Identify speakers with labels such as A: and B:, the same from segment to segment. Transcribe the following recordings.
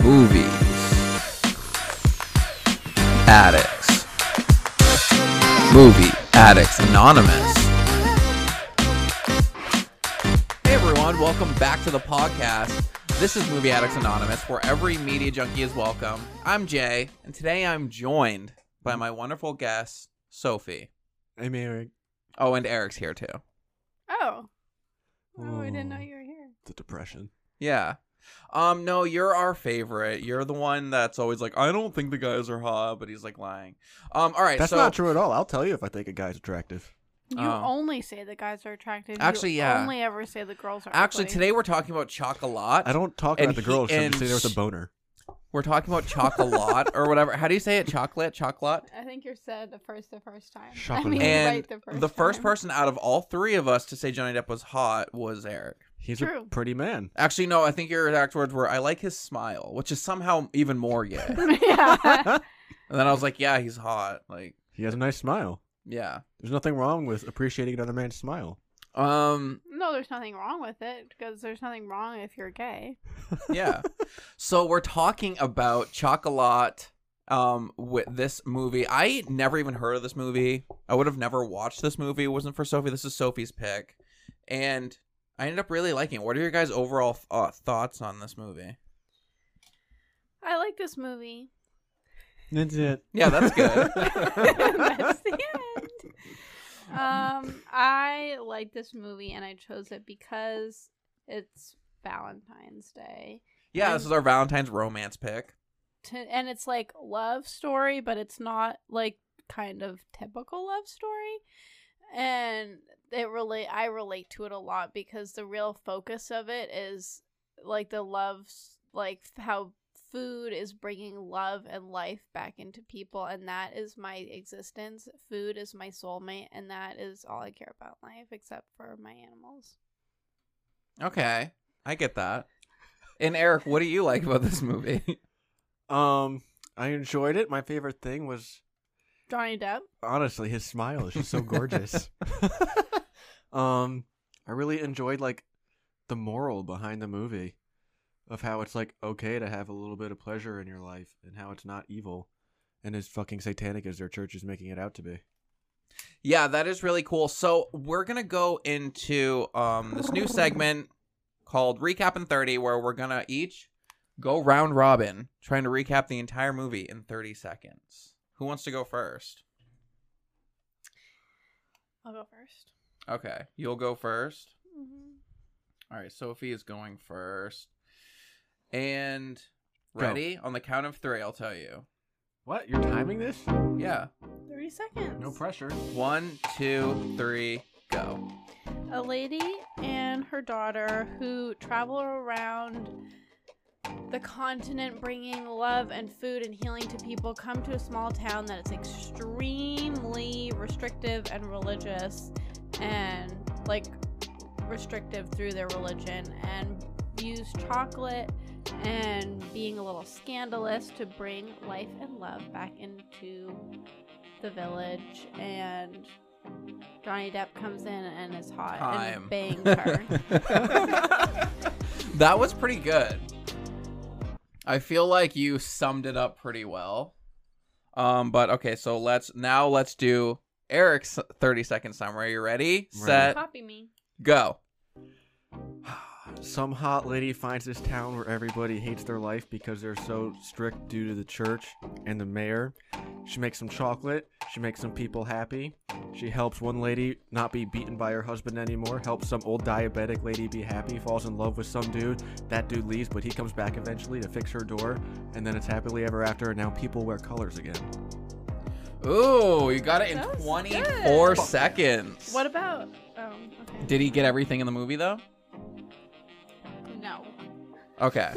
A: movies. Addicts. Movie Addicts Anonymous. Hey everyone, welcome back to the podcast. This is Movie Addicts Anonymous, where every media junkie is welcome. I'm Jay, and today I'm joined by my wonderful guest, Sophie.
B: I'm Eric.
A: Oh, and Eric's here too.
C: Oh. Oh, I didn't know
B: Oh.
C: you were here.
B: The depression.
A: Yeah. Um, no, you're our favorite. You're the one that's always like, I don't think the guys are hot, but he's like lying. Um, all right,
B: That's
A: so
B: not true at all. I'll tell you if I think a guy's attractive.
C: You
A: Oh.
C: only say the guys are attractive. You
A: Actually, yeah.
C: Only ever say the girls are.
A: actually
C: ugly.
A: today we're talking about chocolat.
B: I don't talk
A: And
B: about the
A: he-
B: girl. She'll
A: and
B: be sitting there with
A: sh-
B: a boner.
A: We're talking about chocolat or whatever. How do you say it? Chocolate, chocolat.
C: I think you're said the first the first time.
B: Chocolate.
C: I mean,
A: And
C: right the first.
A: the first
C: time.
A: person out of all three of us to say Johnny Depp was hot was Eric.
B: He's a
C: True.
B: pretty man.
A: Actually, no, I think your exact words were, I like his smile, which is somehow even more gay. and
C: yeah.
A: then I was like, yeah, he's hot. Like,
B: He has a nice smile.
A: yeah.
B: There's nothing wrong with appreciating another man's smile.
A: Um,
C: No, there's nothing wrong with it because there's nothing wrong if you're gay.
A: yeah. so we're talking about Chocolat um with this movie. I never even heard of this movie. I would have never watched this movie. It wasn't for Sophie. This is Sophie's pick. And I ended up really liking it. What are your guys' overall uh, thoughts on this movie?
C: I like this movie.
B: That's it.
A: Yeah, that's good.
C: That's the end. Um, I like this movie and I chose it because it's Valentine's Day.
A: Yeah, this is our Valentine's romance pick.
C: to, and it's like love story, but it's not like kind of typical love story. And it really, I relate to it a lot because the real focus of it is like the love, like how food is bringing love and life back into people, and that is my existence. Food is my soulmate, and that is all I care about in life, except for my animals.
A: Okay, I get that. And Eric, what do you like about this movie?
B: Um, I enjoyed it. My favorite thing was
C: Johnny Depp.
B: honestly his smile is just so gorgeous. um, I really enjoyed like the moral behind the movie of how it's like okay to have a little bit of pleasure in your life and how it's not evil and as fucking satanic as their church is making it out to be.
A: yeah, that is really cool. So we're gonna go into um this new segment called Recap in 30, where we're gonna each go round robin, trying to recap the entire movie in 30 seconds. Who wants to go first?
C: I'll go 1st
A: Okay, you'll go first. All right, Sophie is going first. And
B: Go.
A: ready on the count of three, I'll tell you.
B: What? You're timing this?
A: Yeah,
C: Thirty seconds.
B: No pressure.
A: one, two, three, go.
C: a lady and her daughter who travel around the continent bringing love and food and healing to people come to a small town that is extremely restrictive and religious and like restrictive through their religion and use chocolate and being a little scandalous to bring life and love back into the village and Johnny Depp comes in and is hot
A: time.
C: and bangs her.
A: that was pretty good. I feel like you summed it up pretty well. Um, but okay, so let's now let's do Eric's 30 second summary. You ready?
B: Ready.
A: Set,
C: Copy me.
A: go.
B: Some hot lady finds this town where everybody hates their life because they're so strict due to the church and the mayor. She makes some chocolate. She makes some people happy. She helps one lady not be beaten by her husband anymore, helps some old diabetic lady be happy, falls in love with some dude. That dude leaves, but he comes back eventually to fix her door, and then it's happily ever after, and now people wear colors again.
A: Ooh, you got it in
C: That was
A: 24
C: good.
A: seconds.
C: What about? Oh, okay.
A: Did he get everything in the movie though?
C: no.
A: Okay.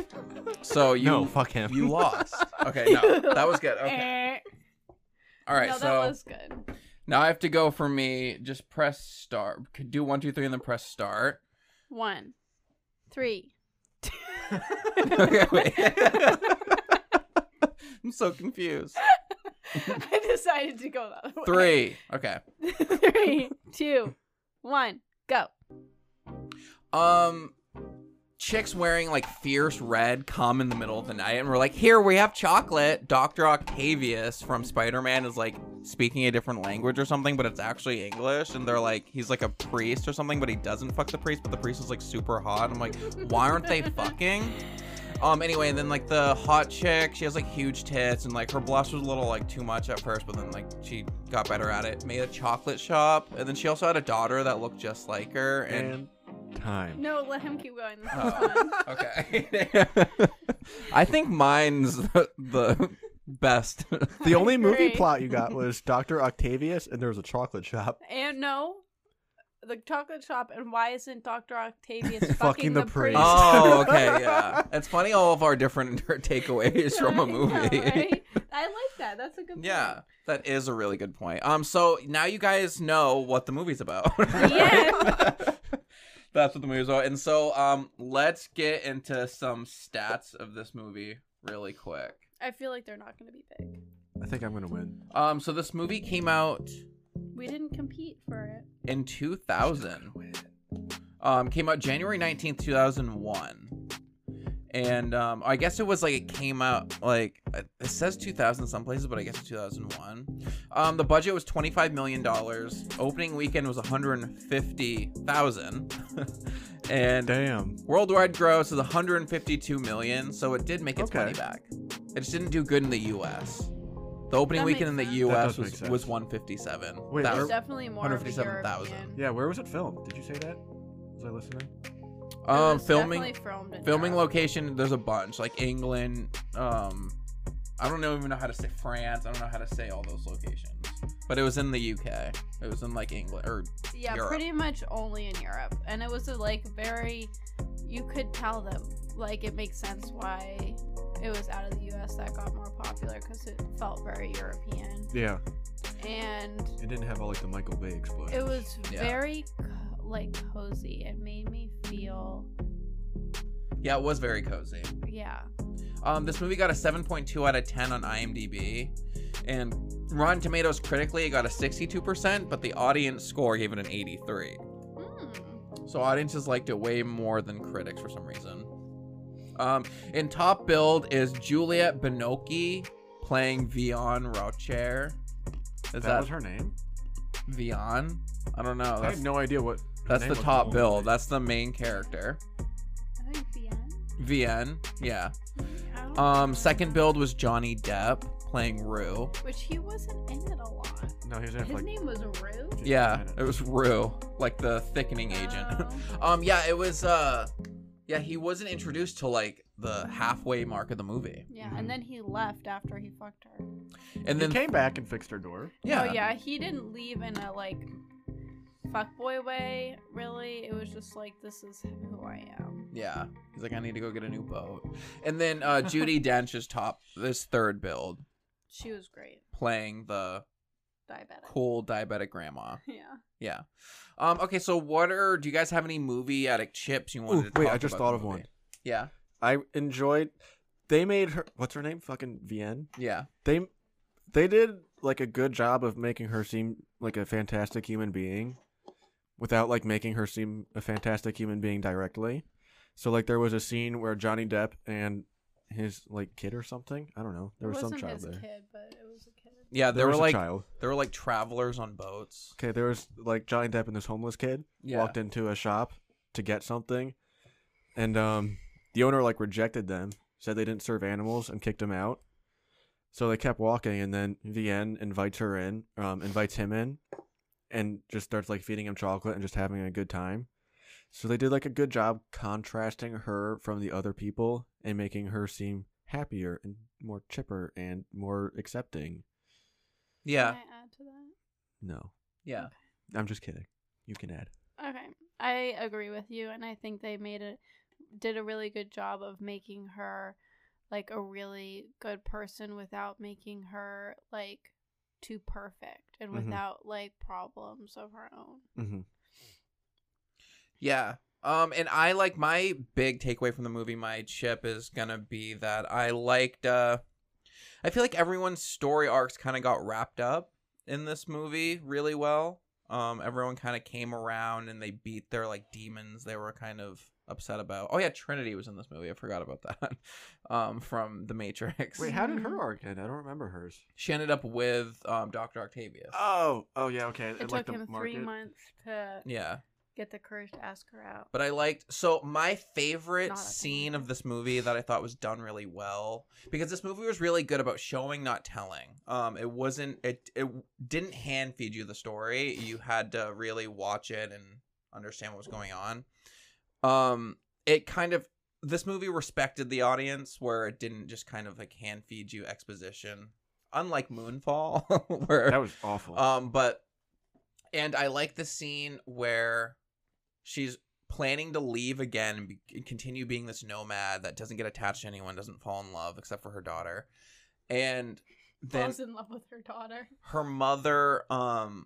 A: So you
B: no, fuck him.
A: you lost. Okay, no. That was good. Okay.
C: Eh.
A: All right,
C: no,
A: so
C: that was good.
A: Now I have to go for me. Just press start. Could Do one, two, three, and then press start.
C: One, three.
A: okay, wait. I'm so confused.
C: I decided to go that way.
A: Three. Okay.
C: three, two, one, go.
A: Um, chicks wearing like fierce red come in the middle of the night and we're like, here we have chocolate. Dr. Octavius from Spider Man is like speaking a different language or something, but it's actually English. And they're like, he's like a priest or something, but he doesn't fuck the priest, but the priest is like super hot. I'm like, why aren't they fucking? Um, anyway, and then like the hot chick, she has like huge tits and like her blush was a little like too much at first, but then like she got better at it. Made a chocolate shop, and then she also had a daughter that looked just like her. And
B: and time.
C: No, let him keep going. This is fun.
A: Oh, okay. I think mine's the, the best.
B: The only movie
C: agree.
B: plot you got was Doctor Octavius, and there was a chocolate shop.
C: And no, the chocolate shop. And why isn't Doctor Octavius fucking,
B: Fucking the
C: the, priest?
B: priest.
A: oh, okay, yeah. It's funny all of our different takeaways from a movie.
C: I, know, right? I like that. That's a good.
A: Yeah, that is a really good point. Um, so now you guys know what the movie's about.
C: Yeah.
A: That's what the movie's about. And so, um, let's get into some stats of this movie really quick.
C: I feel like they're not going to be big.
B: I think I'm gonna win.
A: Um, so this movie came out
C: We didn't compete for it.
A: in 2000.
B: Win.
A: um, came out January 19th, 2001. And um, I guess it was like it came out like it says 2000 some places, but I guess it's 2001. Um, the budget was 25 million dollars. Opening weekend was 150,000, and
B: Damn.
A: worldwide gross is 152 million. So it did make its
B: Okay.
A: money back. It just didn't do good in the U.S. The opening
C: That
A: weekend in the
C: makes sense.
B: That
A: U.S.
B: does make
A: was
B: sense.
A: was 157.
B: Wait,
A: That
B: Or-
C: There's
A: was-
C: definitely more. of a
A: 157,000.
C: European.
B: Yeah, where was it filmed? Did you say that? Was I listening?
C: It
A: um,
C: was
A: filming
C: definitely filmed in
A: filming
C: Europe.
A: location there's a bunch like england um i don't know even know how to say france i don't know how to say all those locations but it was in the uk it was in like england or
C: Yeah,
A: Europe.
C: pretty much only in Europe, and it was a, like very. You could tell them like it makes sense why it was out of the U.S. that got more popular because it felt very European
B: Yeah.
C: and.
B: It didn't have all like the Michael Bay explosions.
C: It was
A: Yeah.
C: very co- like cozy. It made me feel
A: yeah it was very cozy
C: yeah.
A: um this movie got a 7.2 out of 10 on imdb and rotten tomatoes critically it got a 62% but the audience score gave it an 83
C: Mm.
A: So audiences liked it way more than critics for some reason. Um, in top build is Juliet Binoche playing Vion Rocher. Is
B: that, Oh,
A: that,
B: was her name?
A: Vion? I don't know.
B: I had
A: That's,
B: no idea what. her
A: that's
B: name
A: the
B: was
A: top
B: called.
A: build. That's the main character.
C: I think the end. Hmm,
A: Vien, yeah.
C: I don't
A: Um,
C: know.
A: second build was Johnny Depp playing Rue.
C: which he wasn't in it a lot.
B: No, he was in it
C: His
B: for, like.
C: name was Rue.
B: 15
A: Yeah,
B: minutes.
A: it was Rue, like the thickening agent.
C: Oh.
A: um, yeah, it was. Uh, yeah, he wasn't introduced till like the halfway mark of the movie,
C: yeah, and then he left after he fucked her.
A: and then
B: he came back and fixed her door.
A: yeah,
C: Oh yeah, he didn't leave in a like fuckboy way. Really, it was just like this is who I am.
A: Yeah. He's like, I need to go get a new boat. And then uh, Judy Dench is top this third build,
C: She was great.
A: playing the
C: Diabetic.
A: cool diabetic grandma.
C: Yeah.
A: Yeah. Um, okay, so what are do you guys have any movie addict chips you wanted
B: Ooh,
A: to
B: wait,
A: talk
B: I just
A: about
B: thought
A: the
B: of
A: movie?
B: one.
A: Yeah.
B: I enjoyed. They made her. What's her name? Fucking Vienne.
A: Yeah.
B: They, they did like a good job of making her seem like a fantastic human being, without like making her seem a fantastic human being directly. So like there was a scene where Johnny Depp and his like kid or something. I don't know. There
C: it
B: was some
C: wasn't
B: child
C: his
B: there.
C: kid, but it was a kid.
A: Yeah, there,
B: There
A: were
B: was a
A: like
B: child.
A: there were like travelers on boats.
B: Okay, there was like Johnny Depp and this homeless kid.
A: Yeah.
B: walked into a shop to get something, and um, the owner like rejected them, said they didn't serve animals, and kicked them out. So they kept walking, and then Vienne invites her in, um, invites him in, and just starts like feeding him chocolate and just having a good time. So they did like a good job contrasting her from the other people and making her seem happier and more chipper and more accepting.
A: Yeah.
C: Can I add to that?
B: No,
A: Yeah.
B: I'm just kidding. You can add.
C: Okay. I agree with you and I think they made it did a really good job of making her like a really good person without making her like too perfect and
B: Mhm.
C: without like problems of her own.
B: Mm-hmm.
A: Yeah. Um, and I like my big takeaway from the movie, my chip is gonna be that I liked uh I feel like everyone's story arcs kinda got wrapped up in this movie really well. Um, everyone kinda came around and they beat their like demons they were kind of upset about. Oh yeah, Trinity was in this movie. I forgot about that. Um, from The Matrix.
B: Wait, how did her arc end? I don't remember hers.
A: She ended up with um Doctor Octavius.
B: Oh, oh yeah, okay.
C: It took him three months to
A: yeah,
C: get the courage to ask her out.
A: but I liked so my favorite
C: Not a
A: scene
C: thing.
A: of this movie that I thought was done really well because this movie was really good about showing not telling. Um it wasn't it it didn't hand feed you the story. You had to really watch it and understand what was going on. Um it kind of this movie respected the audience where it didn't just kind of like hand feed you exposition. Unlike Moonfall where
B: That was awful.
A: um, but and I like the scene where she's planning to leave again and, be, and continue being this nomad that doesn't get attached to anyone, doesn't fall in love except for her daughter, and then
C: Falls in love with her daughter.
A: her mother, um,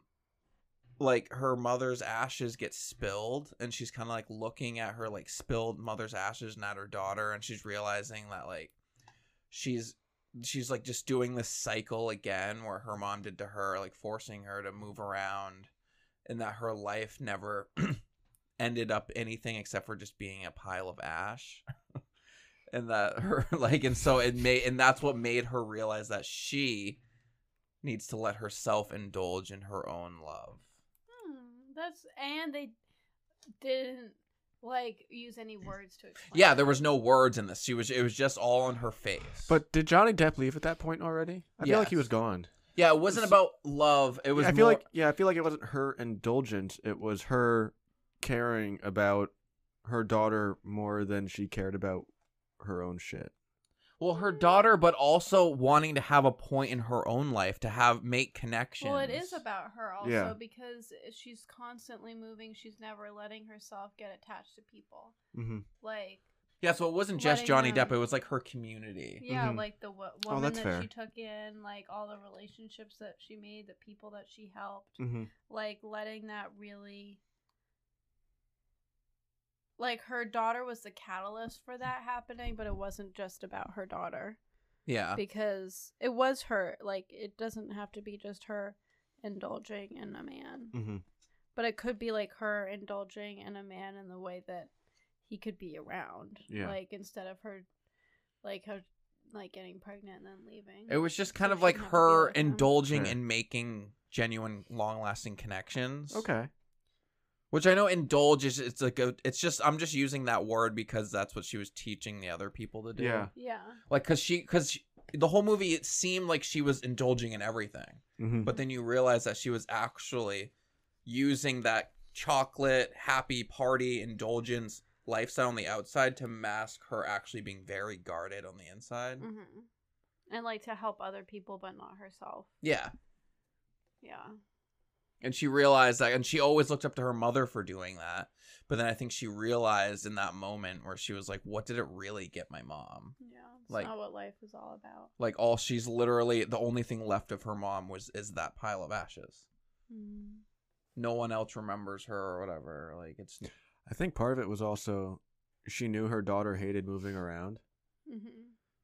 A: like her mother's ashes get spilled, and she's kind of like looking at her like spilled mother's ashes and at her daughter, and she's realizing that like she's she's like just doing this cycle again where her mom did to her like forcing her to move around and that her life never ended up anything except for just being a pile of ash and that her like and so it made and that's what made her realize that she needs to let herself indulge in her own love
C: Hmm, that's and they didn't like use any words to explain.
A: yeah there was no words in this she was it was just all in her face
B: but did Johnny Depp leave at that point already? I feel like he
A: Yes.
B: was gone.
A: yeah it wasn't about love it was
B: I feel
A: more-
B: like yeah, I feel like it wasn't her indulgence. It was her caring about her daughter more than she cared about her own shit.
A: Well, her daughter, but also wanting to have a point in her own life to have make connections.
C: Well, it is about her also
B: Yeah.
C: because she's constantly moving. She's never letting herself get attached to people.
B: Mm-hmm.
C: Like
A: yeah. So it wasn't just
C: letting
A: Johnny
C: them-
A: Depp; it was like her community.
C: yeah,
B: Mhm.
C: like the w- woman
B: that's
C: that
B: fair.
C: she took in, like all the relationships that she made, the people that she helped,
B: Mm-hmm.
C: like letting that really like her daughter was the catalyst for that happening, but it wasn't just about her daughter.
A: Yeah,
C: because it was her like it doesn't have to be just her indulging in a man
A: Mm.
B: Mm-hmm.
C: but it could be like her indulging in a man in the way that he could be around
B: Yeah.
C: like instead of her like her like getting pregnant and then leaving
A: it was just kind
C: So
A: of
C: she
A: like
C: didn't have to deal
A: her
C: with him.
A: indulging
B: Sure.
A: and making genuine, long-lasting connections.
B: Okay.
A: Which I know indulge is it's like a it's just I'm just using that word because that's what she was teaching the other people to do.
B: Yeah.
C: yeah
A: Like because she because the whole movie it seemed like she was indulging in everything.
B: Mm-hmm.
A: but then you realize that she was actually using that chocolate happy party indulgence lifestyle on the outside to mask her actually being very guarded on the inside
C: hmm and like to help other people but not herself
A: yeah
C: yeah
A: and she realized that and she always looked up to her mother for doing that but then i think she realized in that moment where she was like what did it really get my mom
C: yeah it's
A: Like-
C: not what life is all about
A: like all she's literally the only thing left of her mom was is that pile of ashes
C: mm.
A: no one else remembers her or whatever like it's
B: I think part of it was also she knew her daughter hated moving around,
C: hmm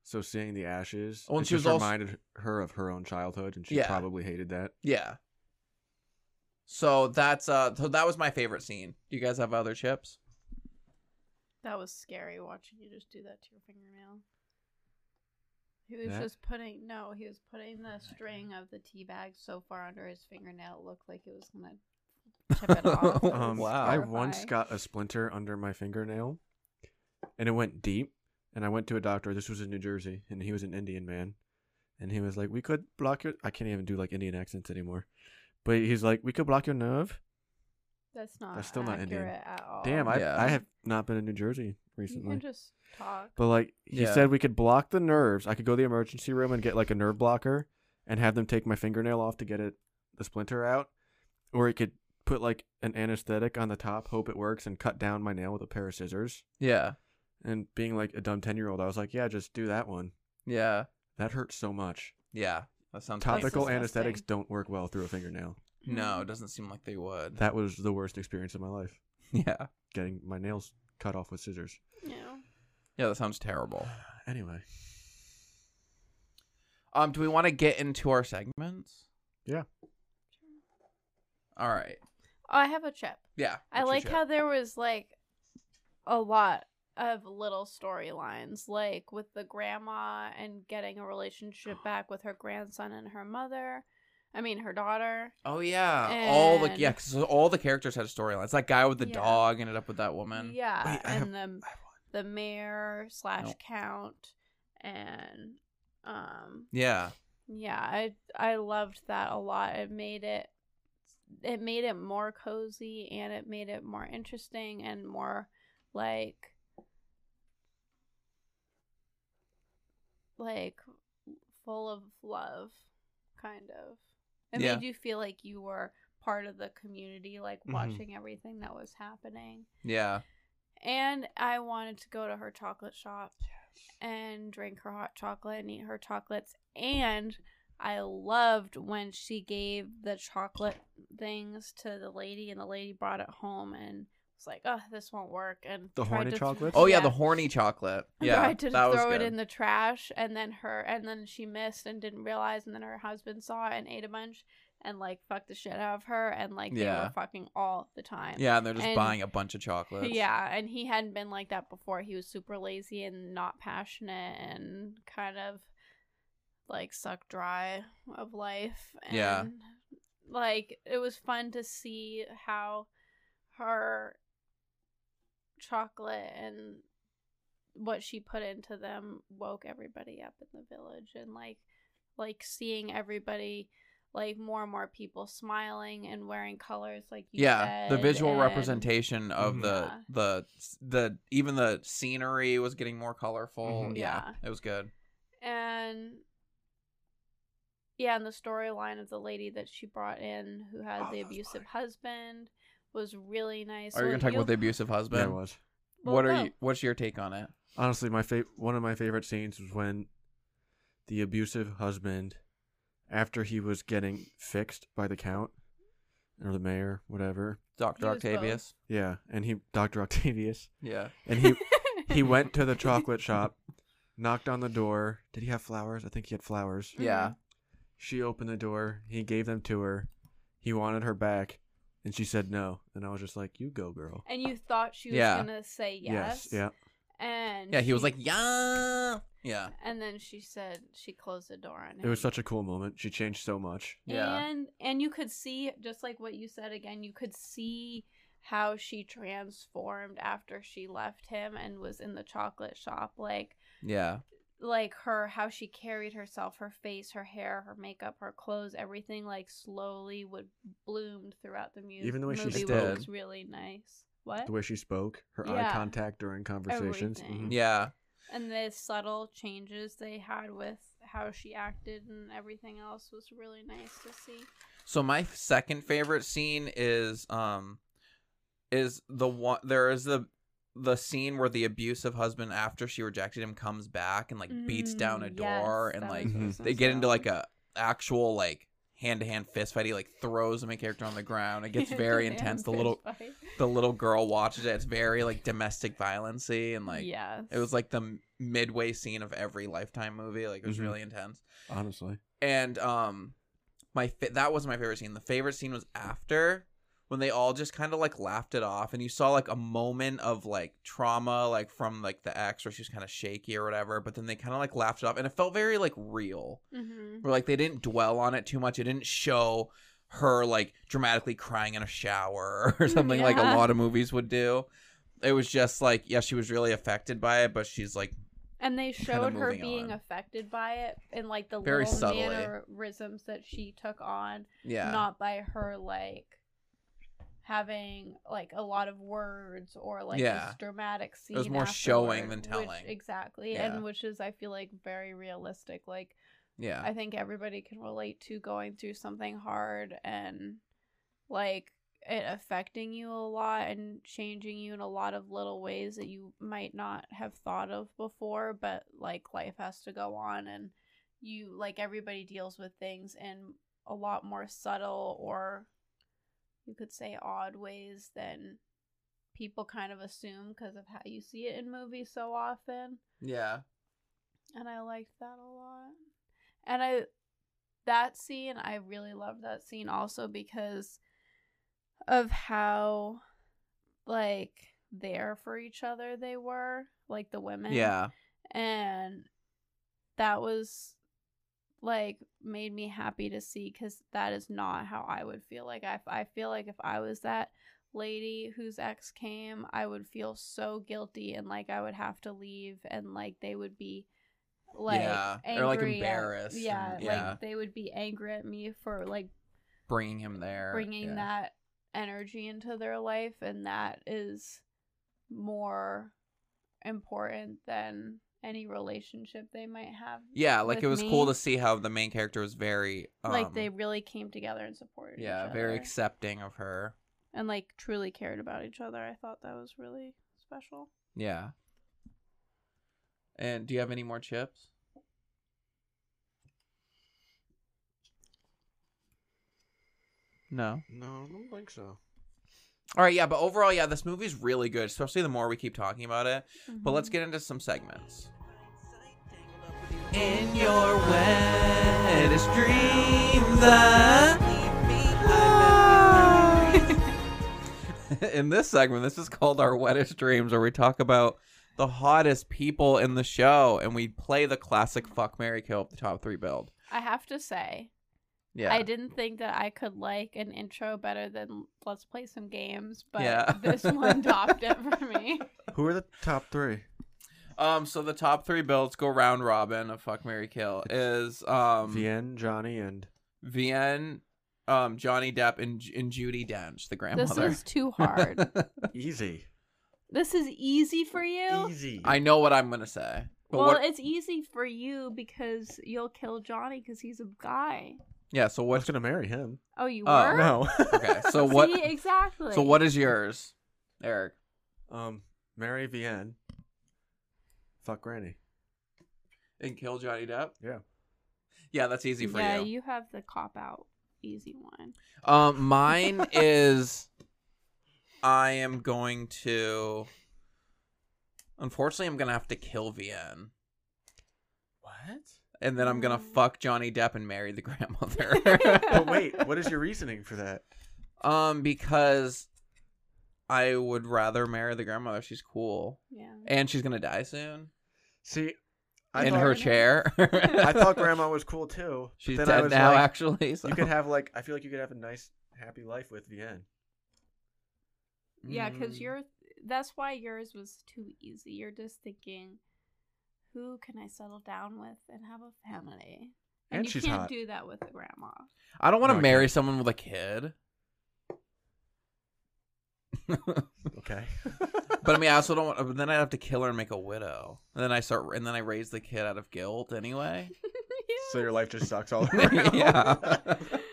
B: so seeing the ashes,
A: Oh, and
B: it
A: she was
B: just
A: also-
B: reminded her of her own childhood, and she
A: Yeah.
B: probably hated that.
A: Yeah. So that's uh so that was my favorite scene. Do you guys have other chips?
C: That was scary watching you just do that to your fingernail. He was
B: That? Oh
C: just putting no, he was putting the string of the tea bag so far under his fingernail it looked like it was gonna chip it off. It
A: Um,
C: was
A: Wow.
B: I once
C: terrifying.
B: got a splinter under my fingernail, and it went deep. And I went to a doctor. This was in New Jersey, and he was an Indian man, and he was like, "We could block your." I can't even do like Indian accents anymore, but he's like, "We could block your nerve."
C: that's not
B: That's still not
C: accurate
B: Indian.
C: at all.
B: Damn, I
A: Yeah.
B: I have not been in New Jersey
C: you
B: recently.
C: can just talk.
B: But like he
A: Yeah.
B: said, we could block the nerves. I could go to the emergency room and get like a nerve blocker, and have them take my fingernail off to get it the splinter out, or he could put like an anesthetic on the top, hope it works, and cut down my nail with a pair of scissors.
A: Yeah.
B: And being like a dumb ten year old, I was like, yeah, just do that one.
A: Yeah.
B: That hurts so much.
A: Yeah. That sounds
B: Topical
C: disgusting.
B: anesthetics don't work well through a fingernail.
A: No, it doesn't seem like they would.
B: That was the worst experience of my life.
A: yeah.
B: Getting my nails cut off with scissors.
C: Yeah.
A: Yeah, that sounds terrible.
B: Anyway,
A: Um, do we want to get into our segments?
B: Yeah.
A: All right.
C: Oh, I have a chip.
A: Yeah. what's
C: I
A: your
C: like
A: chip?
C: how there was like a lot of little storylines, like with the grandma and getting a relationship back with her grandson and her mother. I mean, her daughter.
A: Oh yeah, all the
C: And-
A: yeah, 'cause all the characters had storylines. That guy with the
C: Yeah.
A: dog ended up with that woman.
C: Yeah,
B: Wait, I have-
C: and the
B: I have
C: the mayor slash
A: No.
C: count, and um,
A: Yeah.
C: yeah, I I loved that a lot. It made it it made it more cozy and it made it more interesting and more like like full of love kind of. It
A: Yeah.
C: made you feel like you were part of the community like
B: Mhm.
C: watching everything that was happening.
A: Yeah.
C: And I wanted to go to her chocolate shop and drink her hot chocolate and eat her chocolates. And I loved when she gave the chocolate things to the lady, and the lady brought it home and was like, "Oh, this won't work." And
B: The
C: tried
B: horny
C: to-
B: chocolates?
A: Oh yeah, the horny chocolate.
C: and
A: Yeah.
C: tried to
A: that was
C: throw it
A: good.
C: in the trash, and then her, and then she missed and didn't realize, and then her husband saw it and ate a bunch, and like fucked the shit out of her, and like they
A: Yeah.
C: were fucking all the time.
A: yeah, and they're just
C: and-
A: buying a bunch of chocolates.
C: Yeah, and he hadn't been like that before. He was super lazy and not passionate and kind of like sucked dry of life. And,
A: Yeah.
C: Like it was fun to see how her chocolate and what she put into them woke everybody up in the village and like like seeing everybody like more and more people smiling and wearing colors like you
A: Yeah, the
C: said,
A: visual
C: and-
A: representation of
B: Mhm.
A: the
C: Yeah.
A: the the even the scenery was getting more colorful.
B: Mhm.
A: Yeah,
C: Mm-hmm, Yeah.
A: it was good.
C: and yeah, and the storyline of the lady that she brought in who had
B: Oh,
C: the
B: that was
C: abusive
B: mine.
C: husband was really nice.
A: Are you gonna
C: When
A: talk
C: you-
A: about the abusive
B: Yeah, it
A: husband?
B: was.
C: Well,
A: what are
C: no.
A: you? What's your take on it?
B: Honestly, my fa- one of my favorite scenes was when the abusive husband, after he was getting fixed by the count or the mayor, whatever.
A: Doctor
C: He was both.
A: Octavius.
B: Yeah, and he Dr. Octavius,
A: Yeah.
B: and he he went to the chocolate shop, knocked on the door. Did he have flowers? I think he had flowers.
A: Yeah.
B: She opened the door. He gave them to her. He wanted her back, and she said no. And I was just like, "You go, girl."
C: and you thought she was
A: Yeah.
C: gonna say yes.
B: Yeah.
C: And
A: Yeah. He was
C: she-
A: like, yeah, yeah,
C: And then she said she closed the door on him.
B: It was such a cool moment. She changed so much.
A: Yeah.
C: And and you could see just like what you said again, you could see how she transformed after she left him and was in the chocolate shop like
A: yeah,
C: like her how she carried herself her face her hair her makeup her clothes everything like slowly would bloomed throughout the music
B: Even the way she
C: movie
A: spoke.
C: was really nice what
B: The way she spoke, her eye
C: Yeah.
B: contact during conversations.
C: Everything.
B: Mhm.
A: yeah.
C: and the subtle changes they had with how she acted and everything else was really nice to see
A: So my second favorite scene is um is the one there is the the scene where the abusive husband after she rejected him comes back and like beats down a
C: Mm,
A: door
C: yes,
A: and
C: that
A: like
C: was
B: Mhm.
C: awesome
A: they get into
C: still.
A: like a actual like hand to hand fist fight. He like throws the main character on the ground. It gets very
C: Hand-to-hand
A: intense. The
C: fist
A: little
C: fight.
A: the little girl watches it. It's very like domestic violency and like
C: yes.
A: it was like the m- midway scene of every lifetime movie. Like it was
C: Mm-hmm.
B: Mhm.
A: really intense.
B: Honestly.
A: And um my fa- that was my favorite scene. The favorite scene was after when they all just kind of like laughed it off and you saw like a moment of like trauma like from like the ex where she was kind of shaky or whatever, but then they kind of like laughed it off and it felt very like real
C: Mhm.
A: where like they didn't dwell on it too much. It didn't show her like dramatically crying in a shower or something like a
C: Mm, Yeah.
A: lot of movies would do. It was just like, yeah, she was really affected by it, but she's like,
C: And they showed her
A: moving
C: being
A: on.
C: affected by it and like the
A: Very
C: little
A: subtly.
C: mannerisms that she took on,
A: yeah,
C: not by her like having like a lot of words or like
A: Yeah.
C: this dramatic scene.
A: was more showing
C: afterward,
A: than
C: which-
A: telling.
C: exactly,
A: Yeah.
C: and which is I feel like very realistic. Like
A: yeah,
C: I think everybody can relate to going through something hard and like it affecting you a lot and changing you in a lot of little ways that you might not have thought of before, but like life has to go on and you like everybody deals with things in a lot more subtle or you could say odd ways than people kind of assume because of how you see it in movies so often
A: yeah,
C: and I liked that a lot. And I that scene, I really loved that scene also because of how like there for each other they were like the women
A: Yeah.
C: and that was like made me happy to see because that is not how i would feel like I, I feel like if i was that lady whose ex came i would feel so guilty and like i would have to leave and like they would be like
A: Yeah,
C: angry
A: or, like,
C: at-
A: embarrassed and-
C: yeah,
A: yeah.
C: like they would be angry at me for like
A: Bringing him there.
C: bringing
A: yeah.
C: that energy into their life and that is more important than any relationship they might have
A: Yeah, like
C: with
A: it was cool
C: me.
A: to see how the main character was very um,
C: like they really came together and supported each
A: yeah
C: other
A: very accepting of her.
C: and like truly cared about each other i thought that was really special
A: Yeah. And do you have any more chips? No.
B: No, I don't think so.
A: All right, yeah, but overall, yeah, this movie's really good, especially the more we keep talking about it. But let's
C: Mhm.
A: get into some segments. In your wettest dream, in this segment, this is called Our Wettest Dreams, where we talk about the hottest people in the show and we play the classic fuck Mary Kill up the top three build.
C: Mm-hmm. i have to say
A: Yeah.
C: i didn't think that i could like an intro better than let's play some games but
A: Yeah.
C: this one topped it for me
B: Who are the top three?
A: um, so the top three builds go round robin of fuck Mary Kill is um
B: Vien, Johnny, and
A: Vienne, um, Johnny Depp, and, and Judy Dench, the grandmother.
C: this is too hard
B: Easy.
C: This is easy for you.
B: Easy.
A: I know what I'm gonna say. But
C: Well,
A: what,
C: it's easy for you because you'll kill Johnny because he's a guy.
A: yeah. So
B: was
A: what?
B: gonna marry him.
C: Oh, you
A: Oh,
C: were.
B: No.
A: Okay. So what?
C: See, exactly.
A: So what is yours, Eric?
B: um, marry Vien. Fuck Granny.
A: And kill Johnny Depp?
B: Yeah.
A: Yeah, that's easy for
C: yeah,
A: you.
C: you have the cop out easy one.
A: Um, mine is. I am going to. Unfortunately, I'm gonna have to kill Vienne,
B: What?
A: and then I'm gonna
C: Mm.
A: fuck Johnny Depp and marry the grandmother.
B: But wait, what is your reasoning for that?
A: um, because I would rather marry the grandmother. She's cool,
C: Yeah.
A: and she's gonna die soon
B: See, I
A: in
B: thought,
A: her chair.
B: I thought Grandma was cool too. but
A: she's
B: then I
A: dead
B: was
A: now,
B: like,
A: actually. So.
B: You could have like I feel like you could have a nice happy life with Vien.
C: Yeah, because
A: Mm.
C: your that's why yours was too easy. You're just thinking, who can I settle down with and have a family? And,
B: And
C: you
B: she's
C: can't
B: hot.
C: do that with a grandma.
A: I don't want to
B: No, I
A: marry someone with a kid. but
B: Okay.
A: I mean, I also don't want. But then I'd have to kill her and make a widow. And then I start, and then I raise the kid out of guilt anyway. uh,
B: so your life just sucks all around.
A: yeah,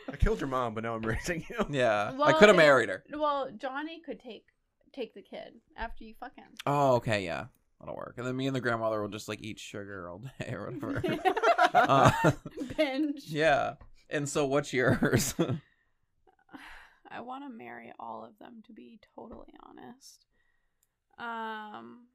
B: I killed your mom, but now I'm raising you.
A: yeah. I
C: Well,
A: could have
C: it-
A: married her.
C: Well, Johnny could take take the kid after you fuck him.
A: Oh, okay, yeah, that'll work. And then me and the grandmother will just like eat sugar all day or whatever. Uh,
C: Binge.
A: yeah. And so, what's yours?
C: I want to marry all of them to be totally honest. Um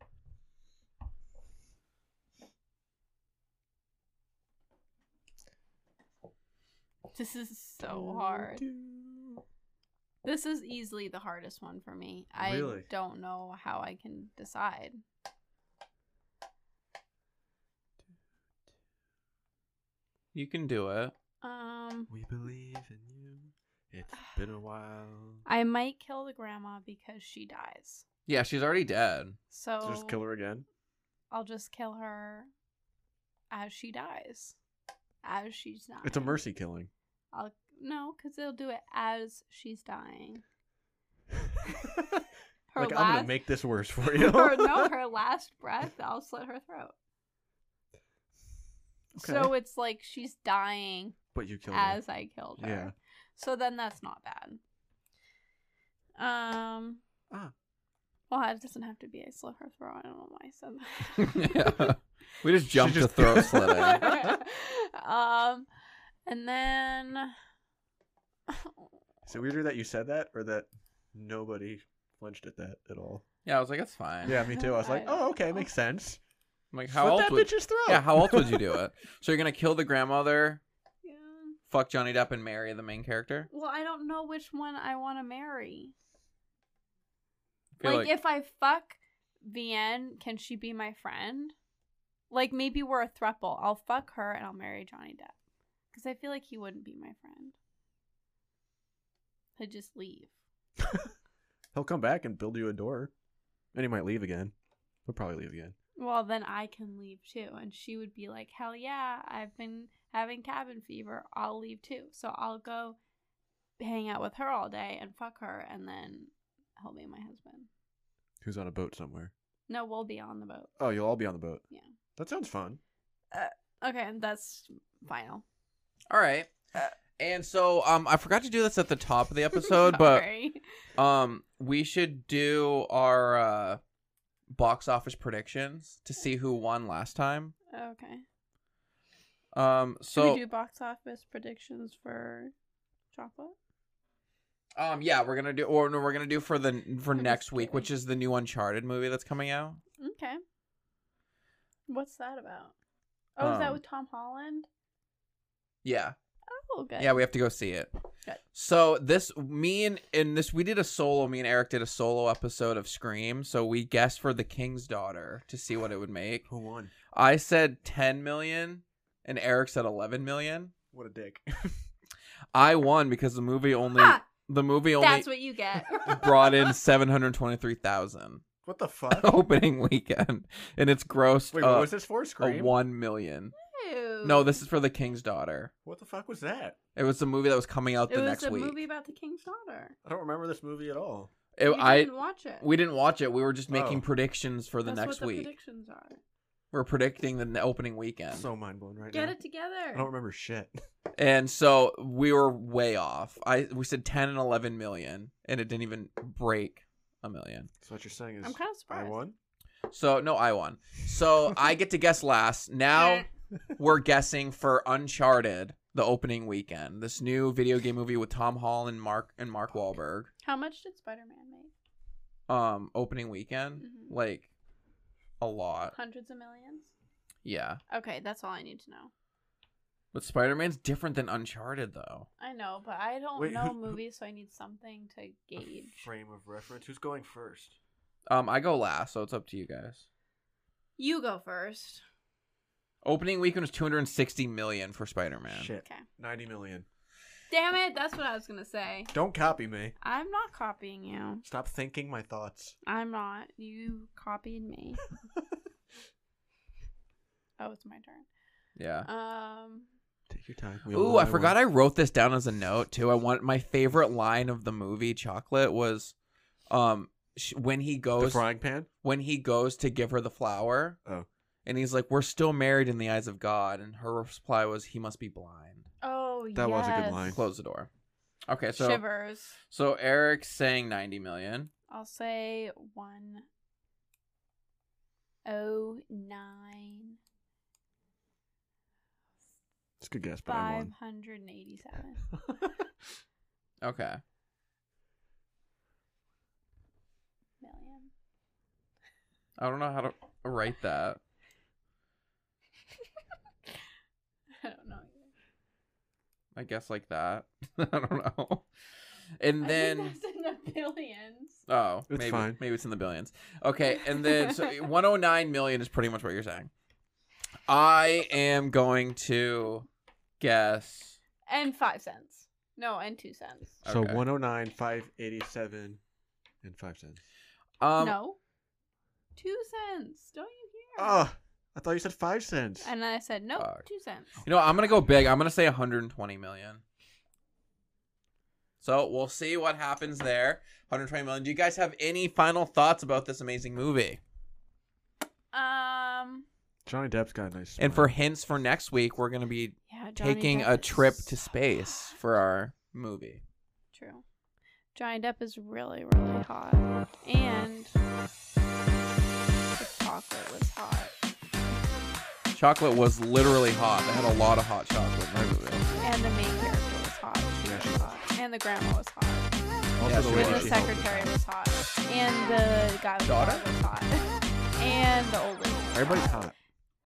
C: This is so hard. This is easily the hardest one for me. I
B: Really?
C: don't know how I can decide.
A: you can do it.
C: Um
B: We believe in you. It's been a while.
C: I might kill the grandma because she dies.
A: Yeah, she's already dead.
C: So
B: So just kill her again.
C: I'll just kill her as she dies. As she's dying.
B: It's a mercy killing.
C: I'll, no, because they'll do it as she's dying. Her
B: like
C: last,
B: I'm gonna make this worse for you.
C: her, no, her last breath, I'll slit her throat. So
B: Okay.
C: it's like she's dying
B: but you killed her.
C: as I killed her.
B: Yeah.
C: So then that's not bad. Um.
B: Ah.
C: Well, it doesn't have to be I slit her throat. I don't know why I said that.
A: yeah. We just
B: She
A: jumped to
B: just-
A: throat slitting.
C: um, and then oh,
B: Is it weirder that you said that or that nobody flinched at that at all?
A: Yeah, I was like, that's fine.
B: Yeah, me too. I was like,
C: I don't
B: oh, okay,
C: know.
B: makes sense.
A: I'm like,
B: Slit
A: how else
B: that
A: would
B: bitch's throat.
A: Yeah, how else would you do it? So you're gonna kill the grandmother,
C: yeah.
A: fuck Johnny Depp, and marry the main character?
C: Well, I don't know which one I want to marry.
A: feel
C: like, if I fuck Vienne, can she be my friend? Like maybe we're a thruple. I'll fuck her and I'll marry Johnny Depp. Because I feel like he wouldn't be my friend. He'd just leave.
B: He'll come back and build you a door. And he might leave again. He'll probably leave again.
C: Well, then I can leave too. And she would be like, hell yeah, I've been having cabin fever. I'll leave too. So I'll go hang out with her all day and fuck her and then he'll be my husband.
B: Who's on a boat somewhere?
C: No, we'll be on the boat.
B: Oh, you'll all be on the boat.
C: Yeah.
B: That sounds fun.
C: Okay, and that's final.
A: All right.
C: Uh,
A: And so um I forgot to do this at the top of the episode, but
C: Sorry.
A: um we should do our uh box office predictions to see who won last time.
C: Okay.
A: Um
C: Should
A: so
C: we do box office predictions for chocolate?
A: um yeah, we're going to do or no, we're going to do for the for
C: I'm just
A: next week,
C: kidding.
A: which is the new uncharted movie that's coming out.
C: Okay. What's that about? Oh, is that
A: Um,
C: with Tom Holland?
A: Yeah.
C: Oh, good.
A: Yeah, we have to go see it.
C: Good.
A: So this me and in this we did a solo. Me and Eric did a solo episode of Scream. So we guessed for the King's Daughter to see what it would make.
B: Who won?
A: I said 10 million, and Eric said 11 million.
B: What a dick.
A: I won because the movie only
C: Ah,
A: the movie only
C: that's what you get.
A: brought in 723,000
B: What the fuck?
A: opening weekend, and it's grossed
B: Wait,
A: uh,
B: what was this for?
A: a
B: Scream?
A: one million. No, this is for the King's Daughter.
B: What the fuck was that?
A: It was a movie that was coming out
C: It
A: the
C: was
A: next
C: a
A: week.
C: movie about the king's daughter.
B: I don't remember this movie at all.
A: It-
C: You
A: I
C: didn't watch it.
A: We didn't watch it. We were just making
B: Oh.
A: predictions for the
C: That's
A: next
C: what the
A: week.
C: predictions are.
A: we're predicting the n- opening weekend.
B: So mind blown right
C: Get
B: now.
C: it together.
B: I don't remember shit.
A: and so we were way off. I we said 10 and 11 million and it didn't even break a million.
B: So what you're saying is
C: I'm kind of
B: I
C: surprised.
B: won?
A: So no, I won. So I get to guess last.
C: Eh.
A: Now we're guessing for Uncharted, the opening weekend. This new video game movie with Tom Holland and Mark and Mark Wahlberg.
C: How much did Spider-Man make?
A: Um opening weekend
C: Mhm.
A: like a lot.
C: Hundreds of millions.
A: Yeah.
C: Okay, that's all I need to know.
A: But Spider-Man's different than Uncharted though.
C: I know, but I don't
B: Wait,
C: know
B: who- who-
C: movies, so I need something to
B: A
C: gauge.
B: Frame of reference. Who's going first?
A: Um, I go last, so it's up to you guys.
C: You go first.
A: Opening weekend was 260 million for Spider-Man.
B: Shit.
C: Okay.
B: 90 million.
C: Damn it, that's what I was gonna say.
B: Don't copy me.
C: I'm not copying you.
B: Stop thinking my thoughts.
C: I'm not. You copied me. oh, it's my turn.
A: Yeah.
C: Um,
B: Take your time.
A: Ooh, I forgot I wrote this down as a note too. I want my favorite line of the movie Chocolate was, um, sh- when he
B: The
A: goes
B: frying pan?
A: when he goes to give her the flower.
B: Oh.
A: And he's like, "We're still married in the eyes of God," and her reply was, "He must be blind."
C: oh,
B: That was a good
C: yes.
B: line.
A: Close the door. Okay, so
C: Shivers.
A: so Eric's saying 90 million.
C: I'll say one oh nine
B: It's a good guess, but I
C: five
B: won.
C: hundred and eighty-seven.
A: Okay.
C: million.
A: I don't know how to write that.
C: I don't know.
A: I guess like that. I don't know. And
C: I
A: then
C: think that's in the billions.
A: oh,
B: It's
A: maybe
B: fine.
A: maybe it's in the billions. Okay, and then so 109 million is pretty much what you're saying. I am going to guess.
C: And five cents. No, and two cents.
B: So
A: Okay.
B: 109, 587, and 5 cents.
A: Um,
C: no. Two cents. Don't you hear?
B: Oh, I thought you said 5 cents.
C: And I said, no,
A: Ah, Fuck.
C: two cents.
A: You know, I'm gonna go big. I'm gonna say 120 million. So we'll see what happens there. 120 million. Do you guys have any final thoughts about this amazing movie?
C: Um.
B: Johnny Depp's got a nice
A: And for
B: smile.
A: hints for next week, we're gonna be
C: Yeah, Johnny
A: taking
C: Depp
A: a
C: is
A: trip to
C: so
A: space
C: hot.
A: for our movie.
C: True. Johnny Depp is really, really hot. And the chocolate was hot.
A: Chocolate was literally hot. They had a lot of hot chocolate in that movie.
C: And the main character was hot. She was hot. And the grandma was hot.
B: Also
A: Yeah,
B: the
A: she
B: way
A: was.
B: that
C: And the
A: she
B: held it.
C: secretary was hot. And the guy with the
A: Daughter?
C: dog was hot. and the old lady. was
B: Everybody's
C: hot.
B: hot.